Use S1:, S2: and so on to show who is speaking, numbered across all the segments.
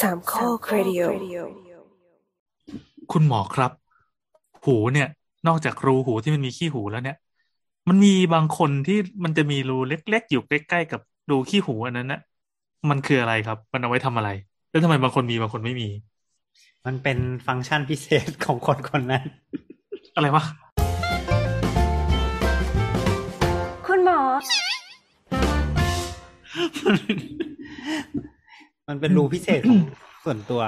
S1: สามข้อครดิโอ
S2: คุณหมอครับ หูเนี่ย นอกจากรูหูที่มันมีขี้หูแล้วเนี่ย มันมีบางคนที่มันจะมีรูเล็กๆ อยู่ใกล้ๆกับรูขี้หูอันนั้นนะมันคืออะไรครับ มันเอาไว้ทำอะไร แล้วทำไมบางคนมีบางคนไม่มี
S3: มันเป็นฟังก์ชันพิเศษของคนคนนั้น
S2: อะไรวะ
S1: คุณหมอ
S3: มันเป็นรูพิเศษของส่วนตัว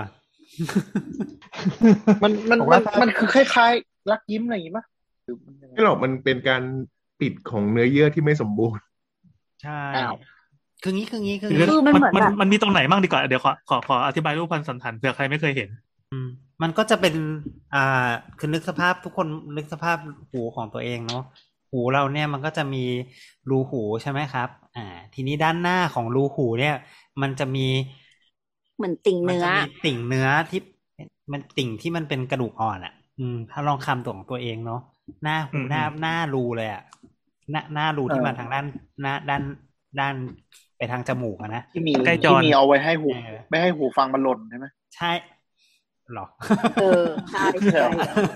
S4: มันมัน
S5: ผม
S4: มั
S5: ว่าน ถ้ามั
S4: มันคือคล้ายๆรักยิ้มอะไรอย่างงี้ปะหรือมันยังไง
S5: ไม่หรอกมันเป็นการปิดของเนื้อเยื่อที่ไม่สมบูรณ์
S3: ใช่
S4: อ้าว
S3: คืองี้คืองี้คือ
S1: คื
S3: งี้
S1: อมันเหมือน
S2: มัน
S1: แบบ
S2: มันมีตรงไหนบ้างดีกว่าเดี๋ยวขอขอขออธิบายรูปพันสันฐานเผื่อใครไม่เคยเห็น
S3: อืมมันก็จะเป็น อ่า คือนึกสภาพทุกคนนึกสภาพหูของตัวเองเนาะหูเราเนี่ยมันก็จะมีรูหูใช่ไหมครับ อ่า ทีนี้ด้านหน้าของรูหูเนี่ย มันจะมี
S6: เหมือนติ่ง
S3: มัน
S6: เนื้อ
S3: จะมีติ่งเนื้อที่มันติ่งที่มันเป็นกระดูกอ่อนอ่ะ อืม ถ้าลองคำตัวของตัวเองเนาะหน้าหู
S2: อืม
S3: หน้าหน้ารูเลยอ่ะหน้าหน้ารูที่
S4: เออ
S3: มาทางด้านหน้าด้านด้านไปทางจมูกอะนะ
S4: ที่มี
S2: ใกล้จอ
S4: ที่มีเอาไว้ให้หู
S3: เออ
S4: ไม่ให้หูฟังมันหล่นใช่ไหม
S3: ใช่หรอ
S6: เออใช่ใช่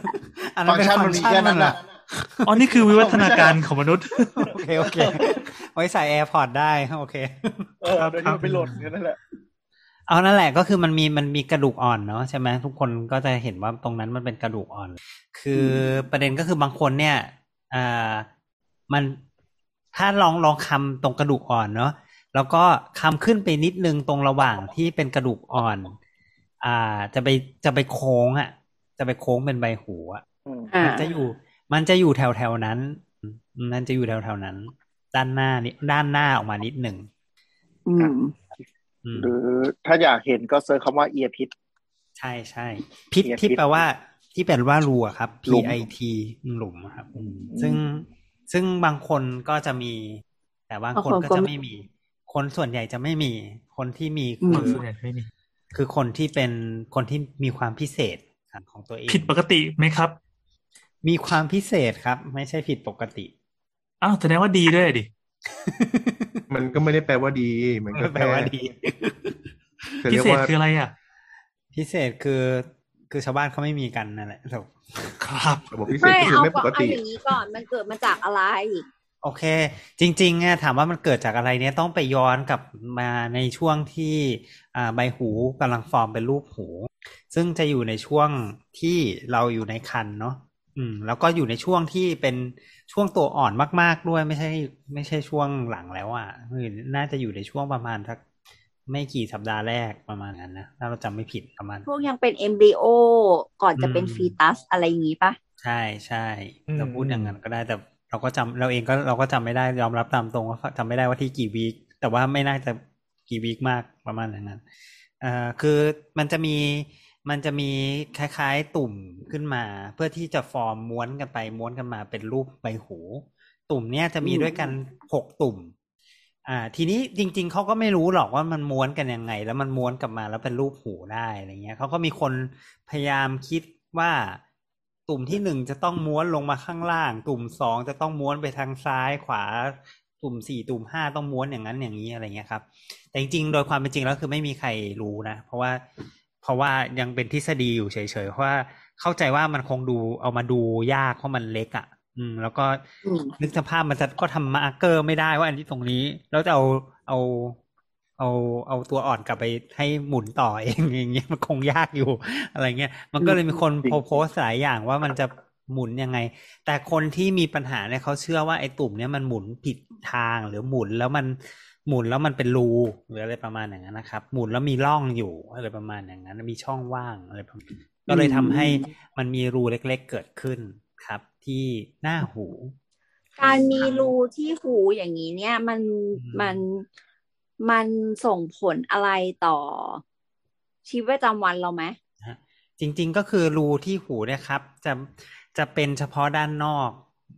S3: อันนั้นเป็น
S4: ฟั
S3: ฟั
S4: ง
S3: ง
S4: ก์
S3: ก์
S4: ชั
S3: ชั
S4: น
S3: นมัน
S4: มัมีแค่นั้น น
S3: เหร
S4: น่ะ
S3: อ
S2: อ๋อนี่คือวิวัฒนาการของมนุษย์
S3: โอเคโอเค ไว้ใส่แอร์พอร์ตได้โอเค
S4: เออโดยที่มันไปหล่นแค่นั้นแหละ
S3: เอานั่นแหละก็คือมันมีมันมีกระดูกอ่อนเนาะใช่ไหมทุกคนก็จะเห็นว่าตรงนั้นมันเป็นกระดูกอ่อน คือประเด็นก็คือบางคนเนี่ยอ่ามันถ้าลองลองคำตรงกระดูกอ่อนเนาะแล้วก็คำขึ้นไปนิดนึงตรงระหว่างที่เป็นกระดูกอ่อน อ่าจะไปจะไปโค้งอะจะไปโค้งเป็นใบหูอะ
S4: อืม
S6: อ่า
S3: มันจะอยู่ มันจะอยู่แถวแถวๆนั้นอืมมันจะอยู่แถวแถวๆนั้น ด้านหน้านี่ด้านหน้าออกมานิดหนึ่ง
S6: อืม
S3: อืม
S4: หรือถ้าอยากเห็นก็เซิร์ชคำว่าเอียพิษ
S3: ใช่ใช่พิษ
S4: เสียพิษ
S3: ที่แปลว่า ที่แปลว่ารูอะครับ
S4: หลุม
S3: PIT หลุมอะครับอืมซึ่งซึ่งบางคนก็จะมี แต่บางคน
S6: บางคน
S3: ก็
S6: ก็
S3: จะไม่มี คนส่วนใหญ่จะไม่มี คนที่มี
S6: อืม
S2: คน
S3: คือ
S2: ส่วนใหญ่ไม่มี
S3: คือคนที่เป็นคนที่มีความพิเศษครับของตัวเอง
S2: ผิดปกติไหมครับ
S3: มีความพิเศษครับ ไม่ใช่ผิดปกติ
S2: อ้าวแสดงว่าดีด้วยดิ
S5: มันก็ไม่ได้แปลว่าดี มันก็
S3: แปลว่าดี
S5: จะ
S2: พิ
S5: เรียก
S2: เศษ
S5: ว่า
S2: คืออะไรอ่ะ
S3: พิเศษคือคือชาวบ้านเขาไม่มีกันนั่นแหละถูก
S2: ครับ
S5: ระบบพิเศษ
S6: ไม่
S5: ก็คือ
S6: เอา
S5: ไม่
S6: ก่
S5: ป
S6: อน
S5: ก
S6: เอา
S5: ติ
S6: อย่างนี้ก่อนมันเกิดมาจากอะไร
S3: โอเค จริงๆอะถามว่ามันเกิดจากอะไรเนี่ยต้องไปย้อนกลับมาในช่วงที่อ่าใบหูกำลังฟอร์มเป็นรูปหู ซึ่งจะอยู่ในช่วงที่เราอยู่ในคันเนาะอืม แล้วก็อยู่ในช่วงที่เป็นช่วงตัวอ่อนมาก ๆด้วยไม่ใช่ ไม่ใช่ช่วงหลังแล้วอะ่ะคือน่าจะอยู่ในช่วงประมาณสักไม่กี่สัปดาห์แรกประมาณนั้นนะถ้าเราจำไม่ผิดประมาณ
S6: พวกยังเป็นเอมบริโอ ก่อนจะเป็น
S3: อืม
S6: ฟีตัสอะไรอย่างนี้ปะ
S3: ใช่ใช่เราพูดอย่างนั้นก็ได้แต่เราก็จำเราเองก็เราก็จำไม่ได้ยอมรับตามตรงว่าจำไม่ได้ว่าที่กี่วีคแต่ว่าไม่น่าจะกี่วีคมากประมาณอย่างนั้นเอ่อคือมันจะมีมันจะมีคล้ายๆตุ่มขึ้นมา เพื่อที่จะฟอร์มม้วนกันไปม้วนกันมาเป็นรูปใบหู ตุ่มเนี้ยจะมีด้วยกันหกตุ่ม อ่า ทีนี้จริง ๆเขาก็ไม่รู้หรอกว่ามันม้วนกันยังไง แล้วมันม้วนกลับมาแล้วเป็นรูปหูได้อะไรเงี้ยเขาก็มีคนพยายามคิดว่า ตุ่มที่หนึ่งจะต้องม้วนลงมาข้างล่าง ตุ่มสองจะต้องม้วนไปทางซ้ายขวา ตุ่มสี่ตุ่มห้าต้องม้วนอย่างนั้นอย่างนี้อะไรเงี้ยครับ แต่จริงๆ โดยความเป็นจริงแล้วคือไม่มีใครรู้นะ เพราะว่า เพราะว่ายังเป็นทฤษฎีอยู่เฉยๆ เพราะว่าเข้าใจว่ามันคงดูเอามาดูยากเพราะมันเล็กอะ่ะ อืม แล้วก็นึกสภาพมันจะก็ทำมาร์กเกอร์ไม่ได้ว่าอันที่ตรงนี้ แล้วจะเอาเอาเอาเอาตัวอ่อนกลับไปให้หมุนต่อเองอย่างเงี้ยมันคงยากอยู่ อะไรเงี้ย มันก็เลยมีคน
S4: จริง
S3: โพสต์หลายอย่างว่ามันจะหมุนยังไง แต่คนที่มีปัญหาเนี่ยเขาเชื่อว่าไอ้ตุ่มเนี่ยมันหมุนผิดทางหรือหมุนแล้วมันหมุนแล้วมันเป็นรูหรืออะไรประมาณอย่างนั้นนะครับ หมุนแล้วมีร่องอยู่อะไรประมาณอย่างนั้นมีช่องว่างอะไรประมาณก็เลยทำให้มันมีรูเล็กๆเกิดขึ้นครับ ที่หน้าหู
S6: การมีรูที่หูอย่างนี้เนี่ย มัน
S3: อืม
S6: มันมันส่งผลอะไรต่อ ชีวิตประจำวันเราไหม
S3: จริงๆก็คือรูที่หูเนะครับ จะจะเป็นเฉพาะด้านนอก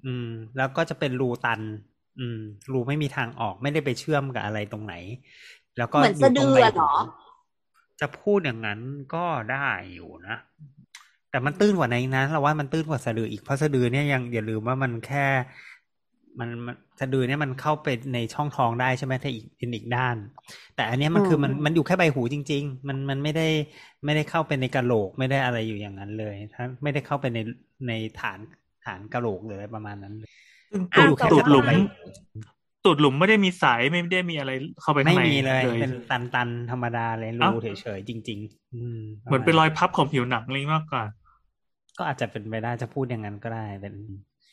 S3: อืม แล้วก็จะเป็นรูตัน อืม รูไม่มีทางออกไม่ได้ไปเชื่อมกับอะไรตรงไหน แล้วก็
S6: เหมือนสะดือ
S3: ใบ
S6: เหรอ
S3: จะพูดอย่างนั้นก็ได้อยู่นะ แต่มันตื้นกว่าในนั้นเราว่ามันตื้นกว่าสะดืออีกเพราะสะดือเนี่ยยังอย่าลืมว่ามันแค่ มันมันสะดือเนี่ยมันเข้าไปในช่องท้องได้ใช่ไหมถ้าอีกเป็นอีกด้าน แต่อันเนี้ยมันคือมัน
S1: อืม
S3: มันอยู่แค่ใบหูจริง ๆ มันมันไม่ได้ไม่ได้เข้าไปในกะโหลกไม่ได้อะไรอยู่อย่างนั้นเลยถ้าไม่ได้เข้าไปในในฐานฐานกะโหลกเลยประมาณนั้นเลย
S2: ตูด
S6: อ่ะ
S2: ตูดหลุม
S6: ต่อไป
S2: ตูดหลุมไม่ได้มีสายไม่ได้มีอะไรเข้าไปข้า
S3: ไม่
S2: งใน
S3: มีเลยเป็น
S2: ย
S3: ตันตันๆธรรมดาเลย
S2: เอ้า
S3: รูเฉยๆจริง ๆ อืม
S2: เหมือนเป็นรอยพับของผิวหนังเลยมากกว่า
S3: ก็อาจจะเป็นไปได้จะพูดอย่างนั้นก็ได้เป็น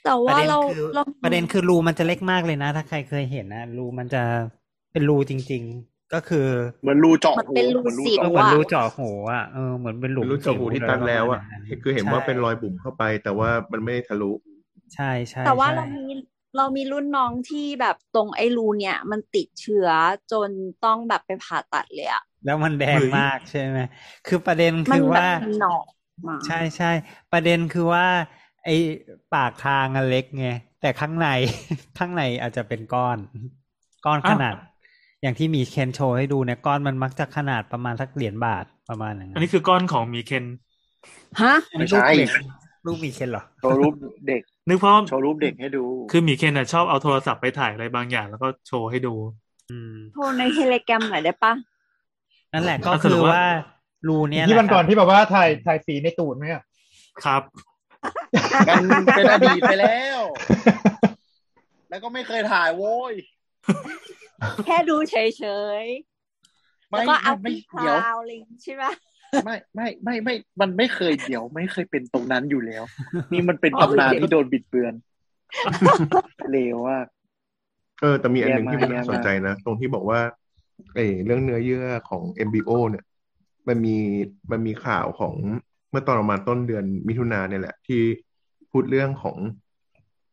S6: แต่ว่าเรา
S3: ประ
S6: เรา
S3: เด็นคือประเด็นคือรูมันจะเล็กมากเลยนะ ถ้าใครเคยเห็นนะรูมันจะเป็นรูจริง ๆ ก็คือ
S4: เหมือนรูเจาะ
S6: มัน
S4: หู
S6: เป็นรู
S4: เหมือนรู
S6: สิว
S4: เจาะ
S3: เห
S4: หู
S3: มือนรูเจาะหูอ่ะเออเหมือนเป็นหลุม
S5: รู้จักหูที่ตันแล้วอ่ะ
S3: สิว
S5: คือเห็นว่าเป็นรอย
S3: ใช่
S5: บุ๋มเข้าไป แต่ว่ามันไม่ได้ทะลุ
S3: ใช่ใช่
S6: แต่ว่า
S3: ใช่
S6: เรามีเรามีรุ่นน้องที่แบบตรงไอ้รูเนี่ย มันติดเชื้อจนต้องแบบไปผ่าตัดเลยอะ
S3: แล้วมันแดงมากใช่ไหมคือประเด็น
S6: มัน
S3: คือ
S6: แบบ
S3: ว่า
S6: มีหนอกมา
S3: ใช่ใช่ประเด็นคือว่า ไอ้ปากทางอะเล็กไงแต่ข้างใน ข้างในอาจจะเป็นก้อน ก้อน
S2: อ้าว
S3: ขนาด อย่างที่มีเคนโชว์ให้ดูเนี่ยก้อนมันมักจะขนาดประมาณสักเหรียญบาทประมาณอย่างนั้
S2: อั
S3: น
S2: นนี้คือก้อนของมีเคน
S6: ฮะ
S4: ไม่ใช่
S3: รูปมีเคนเหรอ
S4: โชว์รูปเด็ก
S2: นึกเพราะ
S4: โชว์รูปเด็กให้ดู
S2: คือมีเคนน่ะชอบเอาโทรศัพท์ไปถ่ายอะไรบางอย่าง แล้วก็โชว์ให้ดู
S6: โทรในเทเลแกรมหน่อยได้ปะ
S3: นั่นแหละก็
S2: ก็คือ
S3: คือว่า
S2: ว่า
S3: รูเนี่ย
S7: ที่
S3: แห
S7: วัน
S3: ละ
S7: ก่อ
S3: ค
S7: น
S3: รับ
S7: ที่แบบว่าถ่ายถ่ายสีในตูดไหม อะ
S2: ครับ
S4: กันเป็นอดีตไปแล้ว แล้วก็ไม่เคยถ่ายโว้ย
S6: แค่ดูเฉยๆ
S4: ไม่
S6: แล้วก็อัพ
S4: ไม่
S6: ที่ค
S4: เดี๋ยว
S6: ลาวด์อะไรอย่างงี้ใช่ปะ
S4: ไม่ไม่ไม่ไม่ มันไม่เคยเดี๋ยวไม่เคยเป็นตรงนั้นอยู่ แล้ว นี่มันเป็นตำนานที่โดนบิดเบือนเลวมาก
S5: เออแต่มีอันหนึ่ง
S4: แย่มาก
S5: ที่มันน่าม
S4: แย่าก
S5: สนใจนะ ตรงที่บอกว่าเออเรื่องเนื้อเยื่อของ MBO เนี่ย มันมีมันมีข่าวของเมื่อตอนประมาณต้นเดือนมิถุนาเนี่ยแหละ ที่พูดเรื่องของ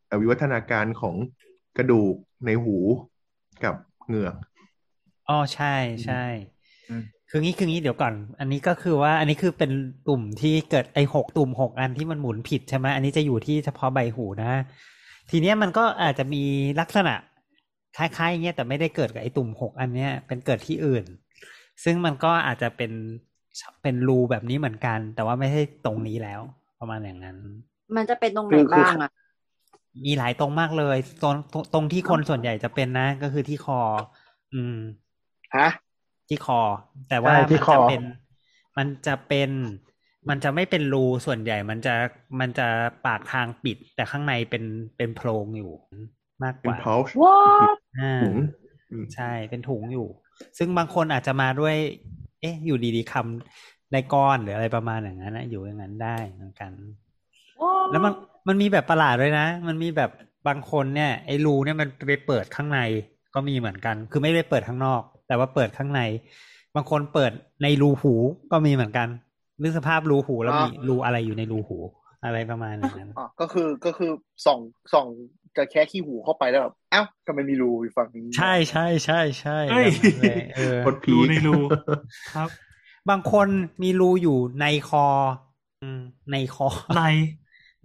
S5: เอ่อวิวัฒนาการของกระดูกในหูกับเหงือก
S3: อ๋อใช่ใช่
S5: อืม
S3: คืองี้คืองี้เดี๋ยวก่อน อันนี้ก็คือว่าอันนี้คือเป็นตุ่มที่เกิดไอหกตุ่มหกอันที่มันหมุนผิดใช่ไหมอันนี้จะอยู่ที่เฉพาะใบหูนะ ทีเนี้ยมันก็อาจจะมีลักษณะคล้ายๆอย่างเงี้ยแต่ไม่ได้เกิดกับไอตุ่มหกอันเนี้ยเป็นเกิดที่อื่น ซึ่งมันก็อาจจะเป็นเป็นรูแบบนี้เหมือนกัน แต่ว่าไม่ใช่ตรงนี้แล้ว ประมาณอย่างนั้น
S6: มันจะเป็นตรงไหน
S4: คือคือ
S6: บ้างอะ
S3: มีหลายตรงมากเลยตรงตรงตรงที่คนส่วนใหญ่จะเป็นนะ ก็คือที่คอ อืม
S4: ฮะ
S3: ที่คอ แต่ว่า
S7: ใช่
S3: มัน
S7: ที่ค
S3: จะ
S7: อ
S3: เป็น มันจะเป็น มันจะไม่เป็นรูส่วนใหญ่ มันจะมันจะปากทางปิด แต่ข้างในเป็นเป็นโพรงอยู่มากก
S5: เป็น
S3: ว่า
S5: pouch
S6: ว้า
S3: อ่า
S5: ถุงอืม
S3: ใช่เป็นถุงอยู่ ซึ่งบางคนอาจจะมาด้วย เอ๊ะ อยู่ดีๆคำในก้อนหรืออะไรประมาณอย่างนั้นนะอยู่อย่างนั้นได้เหมือนกัน แล้วมันมันมีแบบประหลาดด้วยนะ มันมีแบบบางคนเนี่ยไอ้รูเนี่ยมันไปเปิดข้างในก็มีเหมือนกัน คือไม่ได้เปิดข้างนอก แต่ว่าเปิดข้างใน บางคนเปิดในรูหูก็มีเหมือนกันนึกสภาพรูหูแล้ว
S4: อ่ามี
S3: มีรูอะไรอยู่ในรูหูอะไรประมาณอย่างนั้น
S4: อ๋อก็คือก็คือส่องส่องจะแค่ขี้หูเข้าไปแล้วแบบเอ้าทำไมมีรูอยู่ฝั่งนี้
S3: ใช่ใช่ใช่ใช่
S2: เอ้ย
S3: แบบนั้นเลยเออ
S5: โคตรพี
S2: รู
S5: ค
S2: ในรู ครับ
S3: บางคนมีรูอยู่ในคอ อืมในคอ
S2: ใน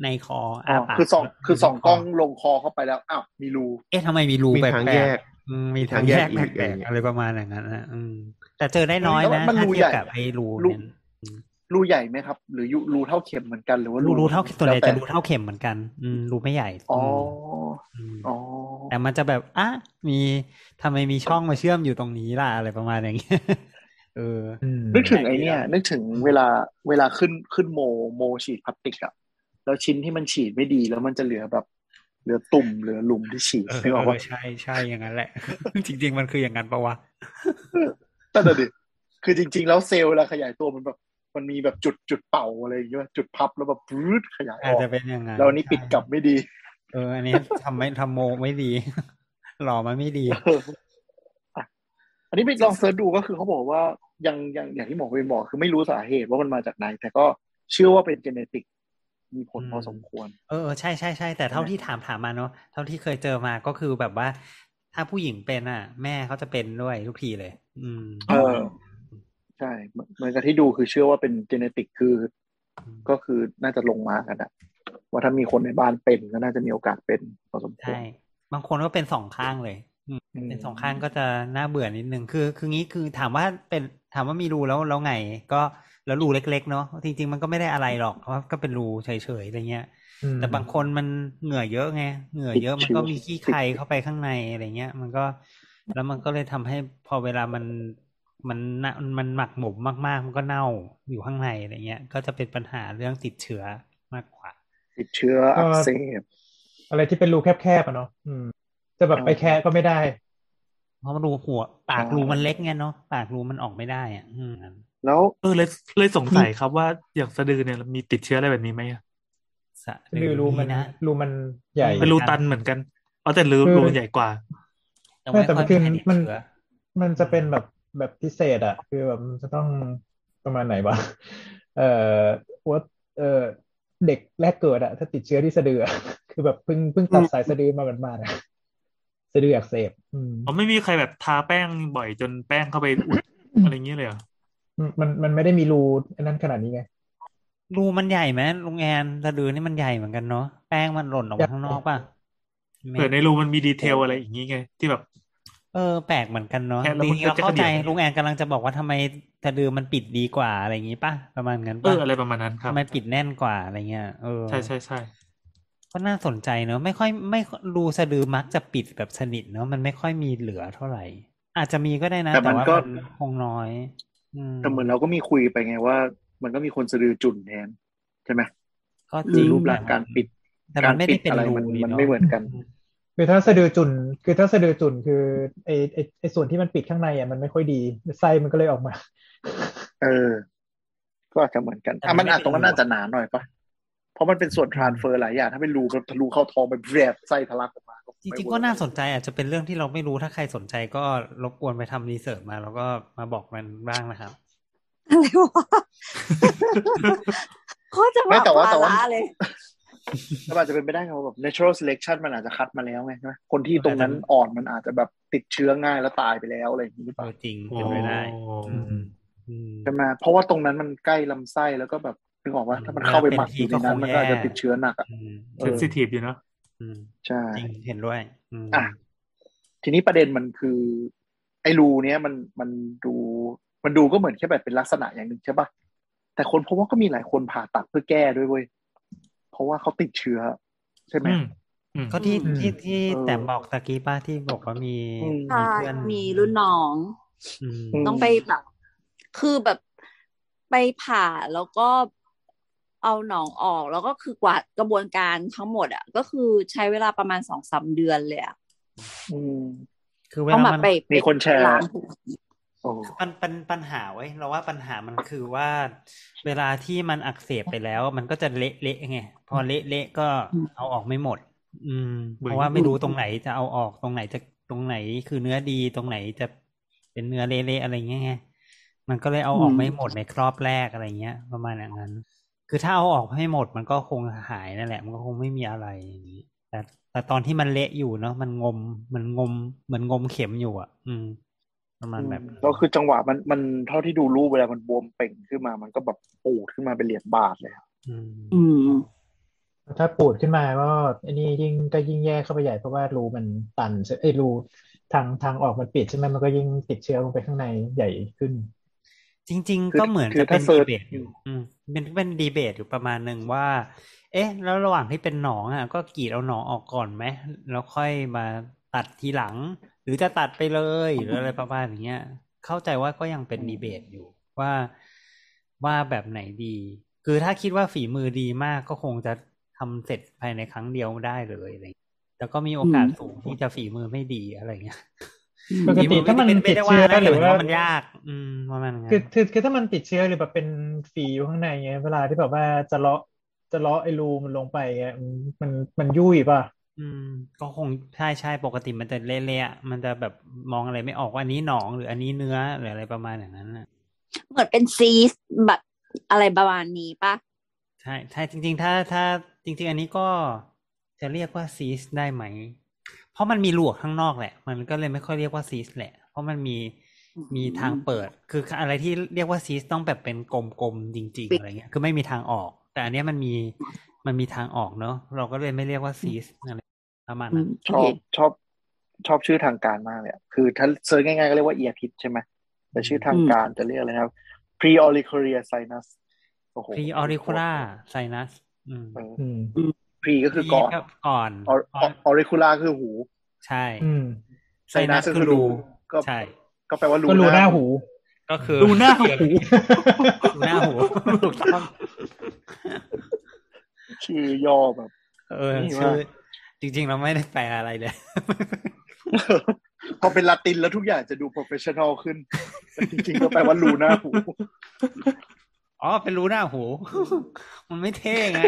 S3: ในคอ
S4: อ๋
S3: อ่า
S4: อ
S3: ปาก
S4: คือส่องคือส่องกล้องลงคอเข้าไปแล้วอ้าวมีรู
S3: เอ๊ะทำไมมีรู
S5: มี
S3: แปลก
S5: ทาง
S3: ๆ
S5: แยก
S3: อืมมีทางแยก
S5: มี
S3: แป
S5: ทางแย
S3: ล
S5: ก
S3: ก
S5: อีก
S3: ๆอะไรประมาณอย่างนั้นนะอืม แต่เจอได้น้อยนะ
S4: แต่ว่ามัน
S3: ถ้า
S4: รู
S3: เทียบ
S4: ใหญ่
S3: กับไอ้รู
S4: รู
S3: เนี่ย
S4: รูใหญ่ไหมครับ หรือยุรูเท่าเข็มเหมือนกันหรือว่า
S3: รู
S4: รู
S3: รูเท่าส่วนใหญ่
S4: แล้
S3: จะ
S4: แต่
S3: รูเท่าเข็มเหมือนกัน อืมรูไม่ใหญ่
S4: อ๋อ
S3: ม
S4: อ๋อ
S3: แต่มันจะแบบอ่ะมีทำไมมีช่องมาเชื่อมอยู่ตรงนี้ล่ะอะไรประมาณอย่างเงี้ย เออ
S4: นึกถึงไอเนี่ย นึกถึงเวลาเวลาขึ้นขึ้นโมโมฉีดพลาสติกอะแล้วชิ้นที่มันฉีดไม่ดีแล้วมันจะเหลือแบบ เหลือตุ่มเหลือหลุมที่ฉีด
S3: เออ
S4: นึกออกปะ
S3: ใช่ใช่อย่างนั้นแหละ จริง ๆ มันคืออย่างนั้นปะวะ
S4: นั่นแหะดิคือจริง ๆ แล้วเซลล์เวลาขยายตัวมันแบบมันมีแบบจุดจุดเป่าอะไรอย่างเงี้ยจุดพับแล้วแบบปื๊ดขยายอ
S3: อาจ
S4: อก
S3: จะเป็นอย่างนั้น
S4: แล้วอันนี้ปิดกลับไม่ดี
S3: เอออันนี้ทำไม่ทำโมไม่ดี หล่อมาไม่ดี
S4: เอออ่ะอันนี้ไปลองเสิร์ชดูก็คือเขาบอกว่ายังยังอย่างที่หมอเวรบอกคือไม่รู้สาเหตุว่ามันมาจากไหน แต่ก็เชื่อว่าเป็นเจเนติกมีผลพอสมควร
S3: เออเออใช่ใช่ใช่แต่เท่าที่ถามถามมาเนาะเท่าที่เคยเจอมาก็คือแบบว่า ถ้าผู้หญิงเป็นอ่ะ แม่เขาจะเป็นด้วยทุกทีเลย อืม
S4: เออ ใช่เหมือนเหมือนกับที่ดูคือเชื่อว่าเป็นเจเนติกคือ ก็คือน่าจะลงมากันอะว่าถ้ามีคนในบ้านเป็นก็น่าจะมีโอกาสเป็นพอสมคว
S3: ใช่
S4: ร
S3: บางคนก็เป็นสองข้างเลย
S4: อืม
S3: เป็นสองข้างก็จะน่าเบื่อนิดนึงคือคืองี้คือถามว่าเป็นถามว่ามีรูแล้วแล้วไง ก็แล้วรูเล็ก ๆ เนาะจริง ๆ มันก็ไม่ได้อะไรหรอกเพราะก็เป็นรูเฉยๆอะไรเงี้ย
S2: อืม
S3: แต่บางคนมันเหงื่อเยอะไงเหงื่อเยอะมันก็มีขี้ไครเข้าไปข้างในอะไรเงี้ย มันก็แล้วมันก็เลยทำให้พอเวลามันมันน่ะมันหมักหมมมากๆ มันก็เน่าอยู่ข้างในอะไรเงี้ย ก็จะเป็นปัญหาเรื่องติดเชื้อมากกว่า
S4: ติดเชื้ออักเสบ
S7: อะไรที่เป็นรูแคบๆอะเนาะอืมจะแบบไปแคะก็ไม่ได้
S3: เพราะมันรูหัว ปากรูมันเล็กไงเนาะปากรูมันออกไม่ได้อ่ะอืม
S4: แล้ว
S2: เออเลยเลยสงสัยครับว่าอย่างสะดือเนี่ยมีติดเชื้ออะไรแบบนี้ไหมอะ
S3: สะ
S7: คือรูมัน
S3: นะ
S7: รูมันใหญ่
S3: ไม่
S2: เป็นรูตันเหมือนกันอ๋อแต่รู
S7: คือ
S2: รูใหญ่กว่า
S3: แต่ว่า
S7: แต่
S3: ค่อย
S7: คือ
S3: ไม่ให้ติดเชื้อ
S7: มันจะเป็นแบบแบบพิเศษอะคือแบบมันจะต้องประมาณไหนวะ เอ่อว่าเอ่อเด็กแรกเกิดอะถ้าติดเชื้อที่สะดืออะ คือแบบเพิ่งเพิ่งตัดสายสะดือมาเหมือนมาอะ สะดืออักเสบอืม
S2: อ๋อไม่มีใครแบบทาแป้งบ่อยจนแป้งเข้าไปอุด อะไรอย่างเงี้ยเลยเหรอ
S7: มันมันไม่ได้มีรูอันนั้นขนาดนี้ไง
S3: รูมันใหญ่ไหมลุงแอนสะดือนี่มันใหญ่เหมือนกันเนาะแป้งมันหล่นออกมาข้างนอกป่ะไม่
S2: เผื่อในรูมันมีดีเทลอะไรอย่างงี้ไง ที่แบบ
S3: เออแปลกเหมือนกันเนาะ
S2: แค่แล้
S3: จ
S2: วมัน
S3: ริงๆเรา
S2: ก็จะ
S3: เข้าใจ
S2: เดี่ยว
S3: ลุงแอนกำลังจะบอกว่าทำไมสะดือมันปิดดีกว่าอะไรอย่างงี้ป่ะประมาณนั้น
S2: เอ
S3: ป่ะ
S2: ออะไรประมาณนั้นครับ
S3: ทำไมปิดแน่นกว่าอะไรเงี้ยเออ
S2: ใช่ใช่ใช่
S3: ก็น่าสนใจเนาะไม่ค่อยไม่รูสะดือมักจะปิดแบบสนิทเนาะมันไม่ค่อยมีเหลือเท่าไหร่ อาจจะมีก็ได้นะ
S4: แต่มัน
S3: ว่า
S4: ก็
S3: มันคงน้อยอืม
S4: แต่เหมือนเราก็มีคุยไปไงว่า มันก็มีคนสะดือจุ่นแทนใช่ไหม
S3: ก็
S4: ห
S3: จ
S4: รื
S3: ริ
S4: อง รูปร่างการปิด
S3: แต่มันไม่ได้เป็น
S4: การ
S3: รู
S4: ปิดอะไรมัน
S3: ดี
S4: มัน
S3: เนาะ
S4: ไม่เหมือนกัน
S7: คือถ้าสะดือจุนคือถ้าสะดือจุนคือไอไอไอส่วนที่มันปิดข้างในอ่ะมันไม่ค่อยดีไส้มันก็เลยออกมา
S4: เออ ก็อาจจะเหมือนกัน
S3: แต่
S4: อ่ะ
S3: มั
S4: มัน น
S3: ไม่
S4: อาจ
S3: ได้
S4: ตรงนั้น
S3: เป็นรู
S4: น่าจะหนาหน่อยปะเพราะมันเป็นส่วนทรานเฟอร์หลายอย่างถ้าเป็นรูก็ทะลุเข้าท้องไปแผลบไส้ทะลักออกมา
S3: จริงๆก็น่าสนใจอาจจะเป็นเรื่องที่เราไม่รู้ถ้าใครสนใจก็รบกวนไปทำรีเสิร์ชมาแล้วก็มาบอกมันบ้างนะครับ
S6: อะไรวะโคตรจะ
S4: ไม่
S6: มา
S4: แต่ว่า
S6: ปลา
S4: แต่ว่า
S6: ละเลย
S4: แต่ว่าอาจจะเป็นไปได้ไงว่าแบบ natural selection มันอาจจะคัดมาแล้วไงใช่ไหมคนที่ตรงนั้น
S3: อาจจะ
S4: อ่อนมันอาจจะแบบติดเชื้อง่ายแล้วตายไปแล้วอะไรอย่างนี้หรือเป
S3: เอ
S4: ล่า
S3: อจริง
S2: โอ้
S3: เป็นไปได้
S2: อืม
S3: อืม
S4: ใช่ไหมเพราะว่าตรงนั้นมันใกล้ลำไส้แล้วก็แบบนึกออกว่าถ้ามันเข้าไปหมักอยู่ในนั้นมันก็อาจจะติดเชื้อหนักอ่ะ
S3: อืม
S4: เอ
S2: เซ
S4: อ
S2: นซิทีฟอยู่เนาะ
S3: อืม
S4: ใช่
S3: จริงเห็นด้วย อืม
S4: อ่ะ ทีนี้ประเด็นมันคือ ไอ้รูเนี้ยมันมันดูมันดูก็เหมือนแค่แบบเป็นลักษณะอย่างหนึ่งใช่ปะแต่คนพบว่าก็มีหลายคนผ่าตัดเพื่อแก้ด้วยเว้ยเพราะว่าเขาติดเชื้อ ใช่ไหม
S2: อืมอืม
S3: ก็ที่
S4: อืม
S3: ที่ที่
S4: เออ
S3: แต่บอกตะกี้ป้าที่บอกว่ามี
S4: อืม
S6: ใช่
S3: มีเพื่อน
S6: มีรุ่นน้อง
S3: อืม
S4: ม
S6: ต้องไปแบบ คือแบบไปผ่าแล้วก็เอาหนองออก แล้วก็คือกว่ากระบวนการทั้งหมดอ่ะ ก็คือใช้เวลาประมาณสองสามเดือนเลยอ่ะ
S4: อืม
S3: คือเว
S6: ต้องแบ
S3: ลา
S6: บ
S3: มัน
S6: ไป
S4: มีคนแชร์
S6: ล้างทุก
S4: โอ้
S3: มันเป็นปัญหาเว้ยเราว่าปัญหามันคือว่าเวลาที่มันอักเสบไปแล้ว มันก็จะเละเละๆไงพอเละเละๆก็เอาออกไม่หมด อืม เพราะว่าไม่รู้ตรงไหนจะเอาออกตรงไหนจะตรงไหนคือเนื้อดีตรงไหนจะเป็นเนื้อเละเละๆอะไรเงี้ยไงมันก็เลยเอาออกไม่หมดในครอบแรกอะไรเงี้ย ประมาณอย่างนั้น คือถ้าเอาออกให้หมดมันก็คงหายนั่นแหละ มันก็คงไม่มีอะไรอย่างนี้แต่แต่ตอนที่มันเละอยู่เนาะมันงมมันงมเหมือนงมเข็มอยู่อ่ะ อืม ประมาณแบบ
S4: แล้วคือจังหวะมันมันเท่าที่ดูรูปเวลามันบวมเป่งขึ้นมา มันก็แบบปูดขึ้นมาเป็นเหรียญบาทเลยอะ
S3: อืม
S6: อืม
S7: ถ้าปูดขึ้นมาก็อันนี้ยิ่งก็ยิ่งแย่เข้าไปใหญ่เพราะว่ารูมันตันใช่ไอยรูทางทางออกมันปิดใช่ไหมมันก็ยิ่งติดเชื้อลงไปข้างในใหญ่ขึ้น
S3: จริง
S4: คื
S3: ๆ ก็เหมือน
S4: คื
S3: จะ
S4: ถ้า
S3: เป็น
S4: เซิ
S3: ดี
S4: ร์
S3: เบต
S4: ช
S3: อยู่อืมเป็นเป็นดีเบตอยู่ประมาณหนึ่งว่า เอ๊ะ แล้วระหว่างที่เป็นหนองอ่ะ ก็กรีดเอาหนองออกก่อนไหมแล้วค่อยมาตัดทีหลัง หรือจะตัดไปเลยหรืออะไรประมาณอย่างเงี้ย เข้าใจว่าก็ยังเป็นดีเบตอยู่ว่าว่าแบบไหนดี คือถ้าคิดว่าฝีมือดีมากก็คงจะทำเสร็จภายในครั้งเดียวได้เลยอะไรอย่างเงี้ยแต่ก็มีโอกาส
S6: อืม
S3: สูงที่จะฝีมือไม่ดีอะไรอย่างเงี้ย
S7: ปกติถ้ามัน
S3: ไม่ได้ว่า
S7: ติดเชื้
S3: นะ
S7: อหรือ
S3: แต่หมายถึงว่า
S7: ว่ามั
S3: มันยาก อืมประมาณนั้น
S7: คือคือคือถ้ามันติดเชื้อหรือแบบเป็นฝีอยู่ข้างในเงี้ยเวลาที่แบบว่าจะเลาะจะเลาะไอ้รูมันลงไปเงี้ยมันมันมันยุ่ยป่ะ
S3: อืมก็คงใช่ใช่ปกติมันจะเละๆอะมันจะแบบมองอะไรไม่ออกว่าอันนี้หนองหรืออันนี้เนื้อหรืออะไรประมาณอย่างนั้นน่ะ
S6: เหมือนเป็นซีสแบบอะไรประมาณนี้ปะ
S3: ใช่ใช่จริง ๆ ถ้าถ้าจริง ๆ อันนี้ก็จะเรียกว่าซีสได้ไหม เพราะมันมีหลวกข้างนอกแหละ มันก็เลยไม่ค่อยเรียกว่าซีสแหละ เพราะมันมีมีทางเปิด คืออะไรที่เรียกว่าซีสต้องแบบเป็นกลมๆจริง ๆ อะไรเงี้ยคือไม่มีทางออก แต่อันเนี้ยมันมีมันมีทางออกเนอะเราก็เลยไม่เรียกว่าซีสอะไรประมาณ
S6: อื
S3: นั้
S6: ม
S3: น
S4: ช
S6: โอ
S4: อ
S6: เค
S4: บชอบชอบชื่อทางการมากเลยอะคือถ้าเซิร์ชง่ายๆก็เรียกว่าเอียพิษใช่ไหมแต่ชื่อทางการจะเรียกอะไรนะครับ preauricular sinus โอ้โห
S3: p r e auricular sinus อืม
S4: เออ
S7: อืม
S4: พรีก็คือก่อน
S3: ครับก่อน
S4: ออริคูล่าคือหู
S3: ใช่
S7: อืม
S4: ไซนัสคือรูก็
S3: ใช่
S4: ก็แปลว่ารู
S7: ก็รูหน้าหู
S3: ก็คือ
S2: ดูหน้าหู
S3: รูหน้าหูถูกต้อง
S4: ชื่อย่อแบบ
S3: เออ
S4: นี่
S3: ชื่อ
S4: ว่า
S3: จริง ๆ เราไม่ได้แปลอะไรเลย
S4: พอเป็นลาตินแล้วทุกอย่างจะดูโปรเฟชชั่นอลขึ้นแต่จริงๆก็แปลว่ารูหน้าหู
S3: อ๋อ เป็นรู้หน้าหู มันไม่เท่ไง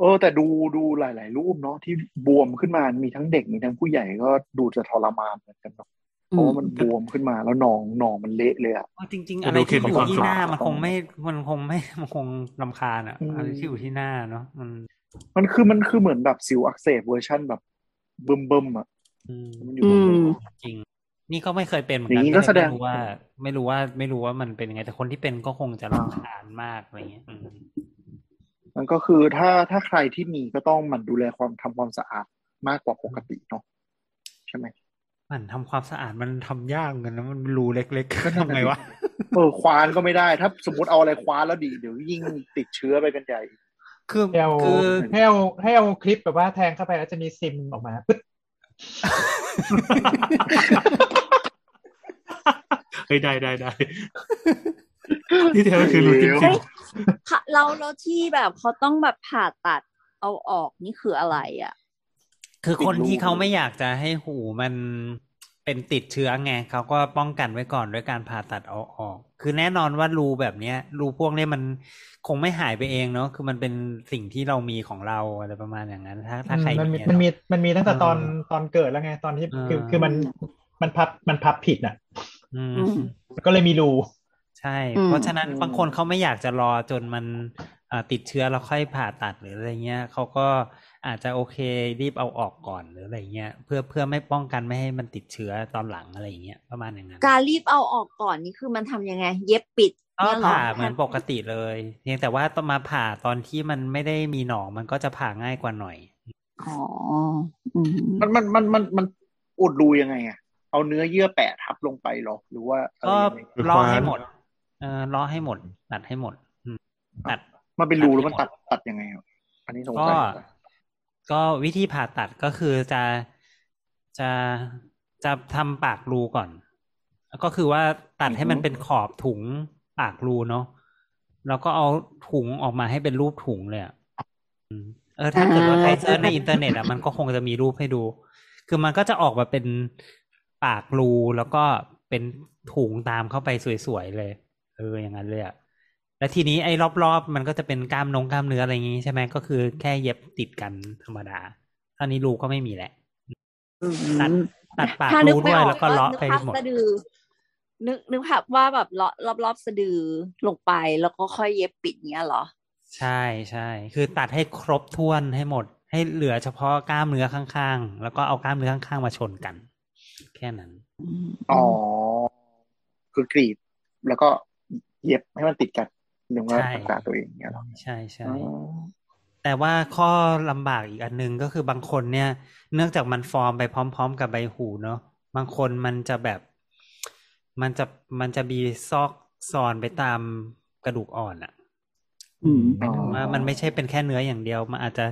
S4: เออ แต่ดูดูหลาย ๆ รูปเนาะที่บวมขึ้นมา มีทั้งเด็กมีทั้งผู้ใหญ่ก็ดูจะทรมานเหมือนกันเนาะเพราะว่ามันบวมขึ้นมาแล้วหนองหนองมันเละเลยอะ
S3: จริง ๆ
S2: แต่
S3: อะไร
S2: ดู
S3: ที่
S2: เคนมี
S3: อยู่
S2: ความ
S3: ที่
S2: สุข
S3: หน้ามันคงไม่ มันคงไม่ มันคงลำคาญอ่ะ
S4: อืม
S3: อะไรที่อยู่ที่หน้าเนาะ มัน
S4: มันคือมันคือเหมือนแบบซิวอักเสบเวอร์ชั่นแบบเบิ่มเบิ่มๆอะ
S3: อืม
S4: มันอยู่บนหัว
S3: จริง นี่ก็ไม่เคยเป็นเหมือน
S4: อ
S3: กั
S4: ย่าน งนี้ก็แสดง
S3: ไม่รู้ว่า ไม่รู้ว่า ไม่รู้ว่ามันเป็นยังไง แต่คนที่เป็นก็คงจะรำคาญมากอะไรเงี้ยอืม
S4: มันก็คือถ้าถ้าใครที่มีก็ต้องหมั่นดูแลความทำความสะอาดมากกว่าปกติเนาะใช่ไหม
S3: มันทำความสะอาดมันทำยากเหมือนกันนะมันรูเล็กๆ ก็ทำไงวะ
S4: เออควานก็ไม่ได้ ถ้าสมมติเอาอะไรคว้านแล้วดี เดี๋ยวยิ่งติดเชื้อไปกันใหญ่
S3: คือ
S7: ให้เอา
S3: คือ
S7: ให้เอาให้เอาคลิปแบบว่าแทงเข้าไปแล้วจะมีซิมออกมาปึ๊ด
S2: เฮ้ยได้ได้ได้ ที่แท้ก็คือรูจริง
S6: ผ่าเราเราที่แบบเขาต้องแบบผ่าตัดเอาออกนี่คืออะไรอ่ะ
S3: คือคน
S4: ติดรู
S3: ที่เขาไม่อยากจะให้หูมันเป็นติดเชื้อไงเขาก็ป้องกันไว้ก่อนด้วยการผ่าตัดเอาออก คือแน่นอนว่ารูแบบเนี้ย รูพวกเนี้ยมันคงไม่หายไปเองเนาะคือมันเป็นสิ่งที่เรามีของเราอะไรประมาณอย่างนั้น ถ้าถ้าใคร
S7: มันมี
S3: เย
S7: มันมี
S3: เาะ
S7: มันมีตั้งแต่ตอน
S3: เออ
S7: ตอนเกิดแล้วไงตอนที่
S3: เออ
S7: คือคือมันมันพับมันพับผิดน่ะ
S3: อืม
S6: อืม
S7: ก็เลยมีรู
S3: ใช่
S6: อืม
S3: เพราะฉะนั้น
S4: อืม
S3: บางคนเขาไม่อยากจะรอจนมันเอ่อติดเชื้อแล้วค่อยผ่าตัดหรืออะไรเงี้ยเขาก็อาจจะโอเครีบเอาออกก่อนหรืออะไรเงี้ยเพื่อเพื่อไม่ป้องกันไม่ให้มันติดเชื้อตอนหลังอะไรอย่างเงี้ยประมาณอย่างนั้น
S6: การรีบเอาออกก่อนนี่คือมันทำยังไง เย็บปิด
S3: ก็
S6: เนี่ยเหรอ
S3: ผ่าเหมือนปกติเลยเพียงแต่ว่าต้องมาผ่าตอนที่มันไม่ได้มีหนองมันก็จะผ่าง่ายกว่าหน่อย
S6: อ๋ออืม
S4: มันมันมันมันมันอุดรูยังไงอะเอาเนื้อเยื่อแปะทับลงไปเหรอ หรือว่าอะไร
S3: ก็
S4: ยังไง
S3: ล้อให้หมด เออล้อให้หมด ตัดให้หมดอืมตัด
S4: มันเป็นรูแล้วมันตัดตัดยังไงอะอันนี้สง
S3: ก็
S4: สัย
S3: ก็วิธีผ่าตัดก็คือจะจะจะทำปากรูก่อน ก็คือว่าตัดให้มันเป็นขอบถุงปากรูเนาะแล้วก็เอาถุงออกมาให้เป็นรูปถุงเลยอะอืมเออถ้าเกิดว่าใครเซิร์ชในอินเทอร์เน็ต อะมันก็คงจะมีรูปให้ดู คือมันก็จะออกมาเป็นปากรูแล้วก็เป็นถุงตามเข้าไปสวยๆเลย เอออย่างนั้นเลยอะ แล้วทีนี้ไอ้รอบๆ มันก็จะเป็นกล้ามนงกล้ามเนื้ออะไรอย่างงี้ใช่ไหมก็คือแค่เย็บติดกันธรรมดาตอนนี้รูก็ไม่มีแหละ ตัดตัดปาก
S6: ถ้
S3: รูด้วย
S6: ออ
S3: แล้วก็เลาะไป
S6: นึภพ
S3: หมด
S6: สะดือ นึกนึกภาพว่าแบบเลาะรอบรอบๆสะดือลงไปแล้วก็ค่อยเย็บปิดเนี้ยเหรอ
S3: ใช่ใช่คือตัดให้ครบถ้วนให้หมด ให้เหลือเฉพาะกล้ามเนื้อข้างๆ แล้วก็เอากล้ามเนื้อข้างๆมาชนกัน แค่นั้น
S4: อ๋อคือกรีด แล้วก็เย็บให้มันติดกันหรือว่า
S3: ใช่
S4: รักษาตัวเองอย่างเงี้ยเหรอ
S3: ใช่ใช่
S4: อ๋อ
S3: แต่ว่าข้อลำบากอีกอันหนึงก็คือบางคนเนี่ย เนื่องจากมันฟอร์มไปพร้อม ๆ กับใบหูเนาะบางคนมันจะแบบ มันจะมันจะมีซอกซอนไปตามกระดูกอ่อนอะ
S6: อืม
S3: หมายถึงว่ามันไม่ใช่เป็นแค่เนื้ออย่างเดียว มันอาจจะ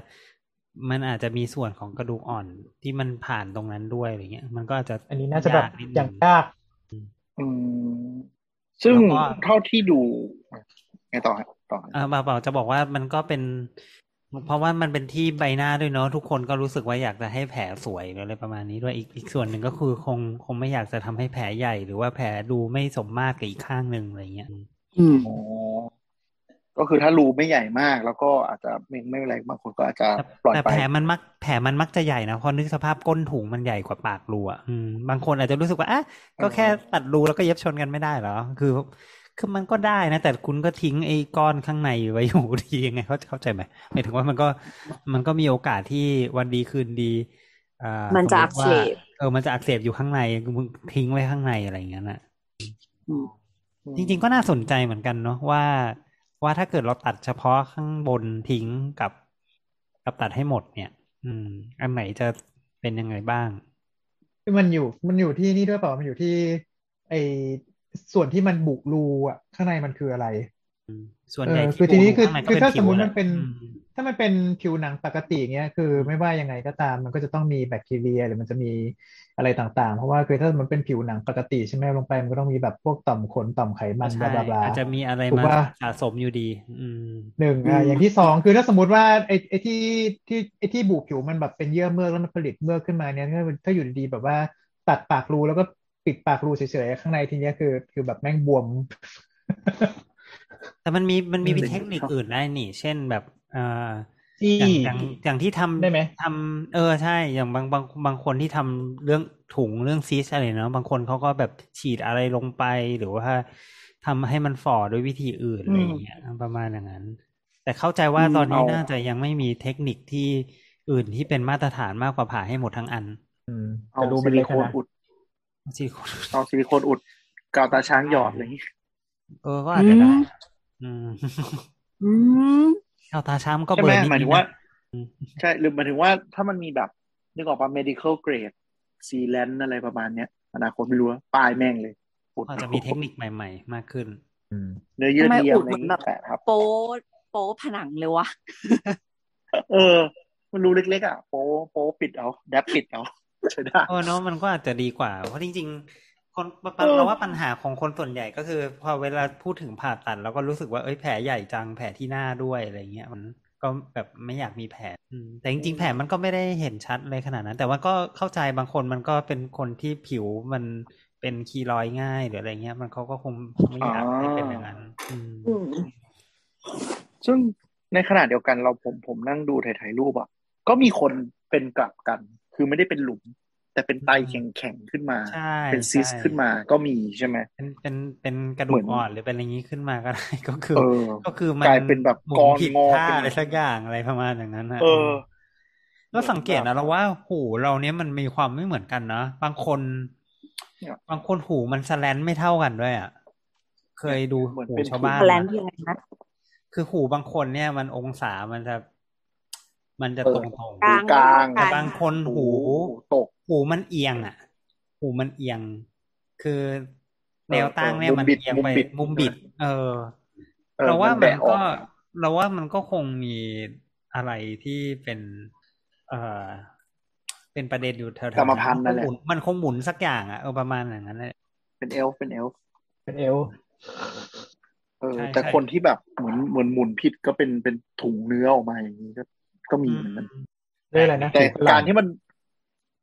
S3: มันอาจจะมีส่วนของกระดูกอ่อนที่มันผ่านตรงนั้นด้วยอะไรเงี้ย มันก็อาจจะ
S7: อันนี้น่าจะแบบ
S3: ยกนิดนึ
S7: อย่างยาก
S4: อืมซึ่ง
S3: แล้วก็
S4: เท่าที่ดูไงต่อฮะต่อฮะ
S3: เออเปล่าเปล่าจะบอกว่ามันก็เป็น เพราะว่ามันเป็นที่ใบหน้าด้วยเนาะทุกคนก็รู้สึกว่าอยากจะให้แผลสวยหรืออะไรประมาณนี้ด้วยอีกอีกส่วนหนึ่งก็คือคงคงไม่อยากจะทำให้แผลใหญ่ หรือว่าแผลดูไม่สมมาตรกับอีกข้างหนึ่งอะไรเงี้ย
S6: อืม
S4: อ๋อก็คือถ้ารูไม่ใหญ่มาก แล้วก็อาจจะไม่ไม่เป็นไรบางคนก็อาจจะ
S3: แต่
S4: ปล่อย
S3: แต่
S4: ไป
S3: แผลมันมักแผลมันมักจะใหญ่นะเพราะนึกสภาพก้นถุงมันใหญ่กว่าปากรูอ่ะอืมบางคนอาจจะรู้สึกว่าอ่ะก็แค่ตัดรูแล้วก็เย็บชนกันไม่ได้เหรอคือ คือมันก็ได้นะ แต่คุณก็ทิ้งไอ้ก้อนข้างในไว้อยู่ดียังไงเขาเข้าใจไหมหมายถึงว่ามันก็มันก็มีโอกาสที่วันดีคืนดีอ่า
S6: มันจะอักเสบ
S3: เออมันจะอักเสบอยู่ข้างในมึงทิ้งไว้ข้างในอะไรอย่างนั้นอ่ะ
S4: อืม
S3: จริงๆก็น่าสนใจเหมือนกันเนาะว่า ว่าถ้าเกิดเราตัดเฉพาะข้างบนทิ้งกับ กับตัดให้หมดเนี่ย อืม อันไหนจะเป็นยังไงบ้าง
S7: คือมันอยู่มันอยู่ที่นี่ด้วยเปล่ามันอยู่ที่ไอส่วนที่มันบุกรูอ่ะข้างในมันคืออะไร
S3: ส่วนใหญ่
S7: เออคือทีนี้คือ
S3: ข้างใก็
S7: คือถ้าสมมติ
S3: ผิวแห
S7: มั
S3: ละ
S7: นเป็น
S2: อืม
S7: ถ้ามันเป็นผิวหนังปกติเงี้ยคือไม่ว่ายังไงก็ตามมันก็จะต้องมีแบคทีเรีย หรือมันจะมีอะไรต่างๆ เพราะว่าคือถ้ามันเป็นผิวหนังปกติใช่ไหมลงไปมันก็ต้องมีแบบพวกต่อมขนต่อมไขมัน
S3: ใช่
S7: บลาบลาบลา
S3: อาจจะมีอะไร
S7: ถูก
S3: มา
S7: ปะ
S3: สะสมอยู่ดี อืม
S7: หนึ่งอ่ะอย่างที่สองคือถ้าสมมติว่าไอ้ไอ้ที่ที่ไอ้ที่บุผิวมันแบบเป็นเยื่อเมือกแล้วมันผลิตเมือกขึ้นมาเนี่ยถ้าถ้าอยู่ดีๆแบบว่าตัดปากรูแล้วก็ปิดปากรูเฉยๆข้างในทีเนี้ยคือ คือแบบแม่งบวม
S3: แต่มันมีมันมี
S7: อืม
S3: วิธีเทคนิคอื่นได้นี่ เช่นแบบเอ่อ
S7: ที่
S3: อย่างอย่างอย่างที่ทำ
S7: ได้ไหม
S3: ทำเออใช่ อย่างบางบางบางคนที่ทำเรื่องถุงเรื่องซีสอะไรเนาะบางคนเขาก็แบบฉีดอะไรลงไปหรือว่าทำให้มันฝ่อด้วยวิธีอื่นอะไรอย่างเงี้ยประมาณอย่างนั้น แต่เข้าใจว่า
S4: อืม
S3: ตอนนี้
S4: เอา
S3: น่าจะยังไม่มีเทคนิคที่อื่นที่เป็นมาตรฐานมากกว่าผ่าให้หมดทั้งอัน
S7: อืม
S4: เอา
S7: แต่ดู
S4: ซิ
S7: เป็น
S4: ลิ
S7: เล็ก
S4: โค
S7: นะ
S4: นอุด
S3: ที่คน
S4: เอาซิลิโคนอุดกาวตาช้างหยอดอะไรอย่างงี้
S3: เออก็อาจจะได้อืม
S6: อืม
S3: เอาตาช้ำก็
S4: ใช่
S3: เบ
S4: ไห
S3: อร์
S4: ม
S3: นิด
S4: หมาย
S3: นึ
S4: ถึ
S3: ง
S4: งว่า
S3: นะ อืม
S4: ใช่หรือหมายถึงว่าถ้ามันมีแบบนึกออกป่ะ medical grade ซีแลนอะไรประมาณเนี้ยอนาคตไม่รู้ว่าป้ายแม่งเลยอุด
S3: อาจจะมีเทคนิคใหม่ ๆ มากขึ้น
S7: อืม
S4: เนื้อเยื่อ
S6: ทำไม
S4: เดีย
S6: อุ
S4: ว
S6: ด
S4: ใน
S6: เหมือนแบบ
S4: แปะครับ
S6: โป๊ะโป๊ะผนังเลยวะ
S4: เออ มันรูเล็กๆอ่ะโป๊ะโป๊ะปิดเอาแดบปิดเอา ใช่ได้
S3: เออเนาะมันก็อาจจะดีกว่า เพราะจริง ๆ คนปะปะ
S4: เออ
S3: เราว่าปัญหาของคนส่วนใหญ่ก็คือ พอเวลาพูดถึงผ่าตัดเราก็รู้สึกว่าเอ้ยแผลใหญ่จังแผลที่หน้าด้วยอะไรเงี้ยมันก็แบบไม่อยากมีแผลอืมแต่จริง ๆ แผลมันก็ไม่ได้เห็นชัดเลยขนาดนั้น แต่ว่าก็เข้าใจบางคนมันก็เป็นคนที่ผิวมันเป็นคีรอยด์ง่ายหรืออะไรเงี้ย มันเขาก็คงไม่อยากให้เป็นอย่างนั้นอืม
S6: อืม
S4: ซึ่งในขณะเดียวกันเราผมผมนั่งดูถ่ายๆรูปอ่ะ ก็มีคนเป็นกลับกัน คือไม่ได้เป็นหลุม แต่เป็นไตแข็งๆขึ้นมา
S3: ใช่
S4: เป็นซิส
S3: ใช่
S4: ขึ้นมาก็มีใช่ไหม
S3: เป็นเป็นเป็นกระดู
S4: เหมื
S3: ก
S4: อน
S3: อ่อนหรือเป็นอะไรอย่างนี้ขึ้นมาก็ได้ ก็คือ
S4: เออ
S3: ก็คือมัน
S4: กลายเป็นแบบ
S3: หมุ
S4: กร
S3: ผิด
S4: งอ
S3: ท่า
S4: เป็น
S3: อะไรสักอย่างอะไรประมาณอย่างนั้นนะ
S4: เออ
S3: แล้วสังเกตนะเราว่าหูเราเนี้ยมันมีความไม่เหมือนกันนะบางคน
S4: เนี่ย
S3: บางคนหูมันสแลนไม่เท่ากันด้วยอ่ะเคยดู
S4: เหมือน
S3: หู
S4: เป็น
S3: ชาวบ้าน
S6: แผลน
S3: นะ
S6: คืออะไรนะ
S3: คือหูบางคนเนี่ย มันองศามันจะ มันจะ
S4: เอ
S3: ต
S4: อ
S3: รงตรงๆ
S6: กลาง
S4: กลาง
S3: แต่บางคนหู
S4: ตก
S3: หูมันเอียงอ่ะ หูมันเอียง คือ
S4: เออ
S3: แนวตั้งเนี่ย
S4: มุ
S3: มัน
S4: มบิด
S3: เอียง
S4: มุม
S3: ไป
S4: บิด
S3: มุมบิด เออ
S4: เออ
S3: เราว่า
S4: มัน
S3: มัน
S4: แบะออ
S3: ก็
S4: ก
S3: เราว่ามันก็คงมีอะไรที่เป็น เอ่อ เป็นประเด็นอยู่แถวๆ
S4: กรรมพันธุ์นั่
S3: มัน น
S4: แห
S3: คงหมุ
S4: ละ
S3: นมันคงหมุนสักอย่างอ่ะเออประมาณอย่างนั้นแหละ
S4: เป็นเอลฟ์เป็นเอลฟ์
S7: เป็นเอว
S4: เออ
S3: ใช่ใช่
S4: แต่คนที่แบบเหมือนเหมือนหมุนผิดก็เป็นเป็นถุงเนื้อออกมาอย่างนี้ก็ก็มีเหมือนกัน
S7: ด้วยอะไรนะ
S4: แต่
S7: หูฝง
S4: การที่มัน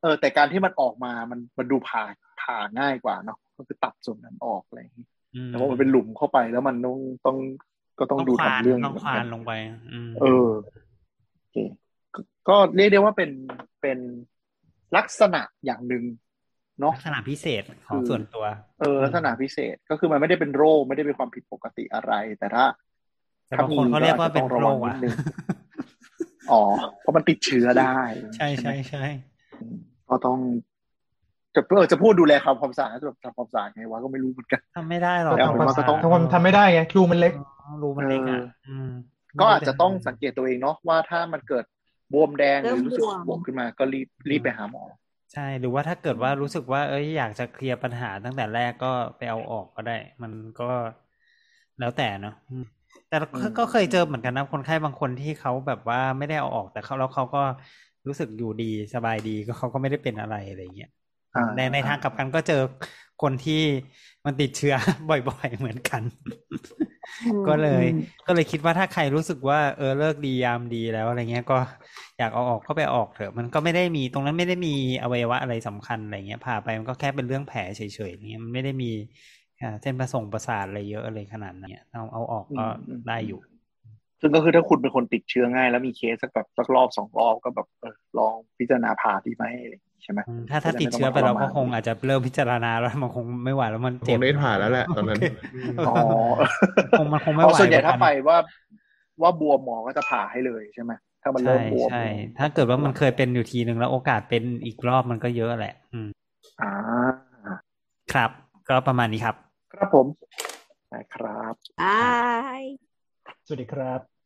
S4: เออ แต่การที่มันออกมามันมันดูผ่าผ่าง่ายกว่าเนาะก็คือตัดส่วนนั้นออกอะไรอย่างนี้
S3: อืม
S4: แต่ว่ามันเป็นหลุมเข้าไปแล้วมันต้องต้องก็ต้องดู
S3: ควา
S4: ทำ
S3: น
S4: เรื่อง
S3: ต้อง
S4: เหมือ
S3: ควาน
S4: กัน น
S3: ลงไป อืม
S4: เออโอเคก็ก็เรียกได้ว่าเป็นเป็นลักษณะอย่างหนึ่งเนาะ
S3: ลักษณะพิเศษของ
S4: คือ
S3: ส่วนตัว
S4: เออลักษณะพิเศษก็คือมันไม่ได้เป็นโรคไม่ได้เป็นความผิดปกติอะไร แต่ถ้า
S3: แต่บางคนเขาเรียกว่าเป็น
S4: ถ้มี
S3: โร
S4: ก็อจจะต้องระวั
S3: ค
S4: งนิ
S3: อ่ะ
S4: ดนึงอ๋อเพราะมันติดเชื้อได้
S3: ใช่ใช่
S4: ไหม
S3: ใช่
S4: ก็ต้องจะเออจะพูดดูแลความความสะอาดแบบทำความสะอาดไงวะก็ไม่รู้เหมือนกัน
S3: ทำไม่ได้หรอก
S4: แต่เอาเป็นว่าก็ต้อง
S7: ทำความทำไม่ได้ไงรูมันเล็ก
S3: รูมันเล็กอ่ะม
S4: ก็อาจจะต้องสังเกตตัวเองเนาะว่าถ้ามันเกิดบวมแดงหรือรู้สึกบวมขึ้นมา ก็รีบรีบไปหาหมอ
S3: ใช่ หรือว่าถ้าเกิดว่ารู้สึกว่า เอ้ยอยากจะเคลียร์ปัญหาตั้งแต่แรกก็ไปเอาออกก็ได้ มันก็แล้วแต่เนาะอืมแต่ก็
S4: อืม
S3: ก็เคยเจอเหมือนกันนะคนไข้บางคนที่เขาแบบว่าไม่ได้เอาออกแต่เขาแล้วเขาก็รู้สึกอยู่ดีสบายดีก็เขาก็ไม่ได้เป็นอะไรอะไรอย่างเงี้ย
S4: อ่า
S3: ในในทางกลับกันก็เจอคนที่มันติดเชื้อ บ่อย ๆ เหมือนกัน ก็เลยก็เลยคิดว่าถ้าใครรู้สึกว่าเออเลิกดียามดีแล้วอะไรเงี้ยก็อยากเอาออกก็ไปออกเถอะ มันก็ไม่ได้มีตรงนั้นไม่ได้มีอวัยวะอะไรสำคัญอะไรเงี้ยผ่าไปมันก็แค่เป็นเรื่องแผลเฉยๆอย่างเงี้ยมันไม่ได้มีอ่าเส้นประสงค์ประสาทอะไรเยอะอะไรขนาดนั้นเนี่ยเอาเอาออกก็
S4: อืม
S3: ได้อยู่
S4: ซึ่งก็คือถ้าคุณเป็นคนติดเชื้อง่าย แล้วมีเคสสักแบบสักรอบสองรอบก็แบบเออลองพิจารณาผ่าดีไหมอะไรอย่างงี้ใช่ไหม
S3: ถ้าถ้าติดเชื้อไปเราก็คงอาจจะเริ่มพิจารณาแล้วมันคงไม่ไหวแล้วมัน
S5: ค
S3: เจ็บ
S5: งได้ผ่าแล้วแหละตอนนั้น
S3: โอ
S4: อ๋อ
S3: เคคงมันคงไม่ไห
S4: เพ
S3: ว
S4: ราะส่วนใหญ่ถ้าไป
S3: เหมือนกัน
S4: ว่า ว่าบวมหมอก็จะผ่าให้เลยใช่ไหมถ้ามันเริ่มบวม
S3: ใช่ใช่ ถ้าเกิดว่ามันเคยเป็นอยู่ทีหนึ่งแล้วโอกาสเป็นอีกรอบมันก็เยอะแหละ อืม
S4: อ่า
S3: ครับ ก็ประมาณนี้ครับ
S4: ครับผมนะครับ
S6: บาย
S7: สวัสดีครับ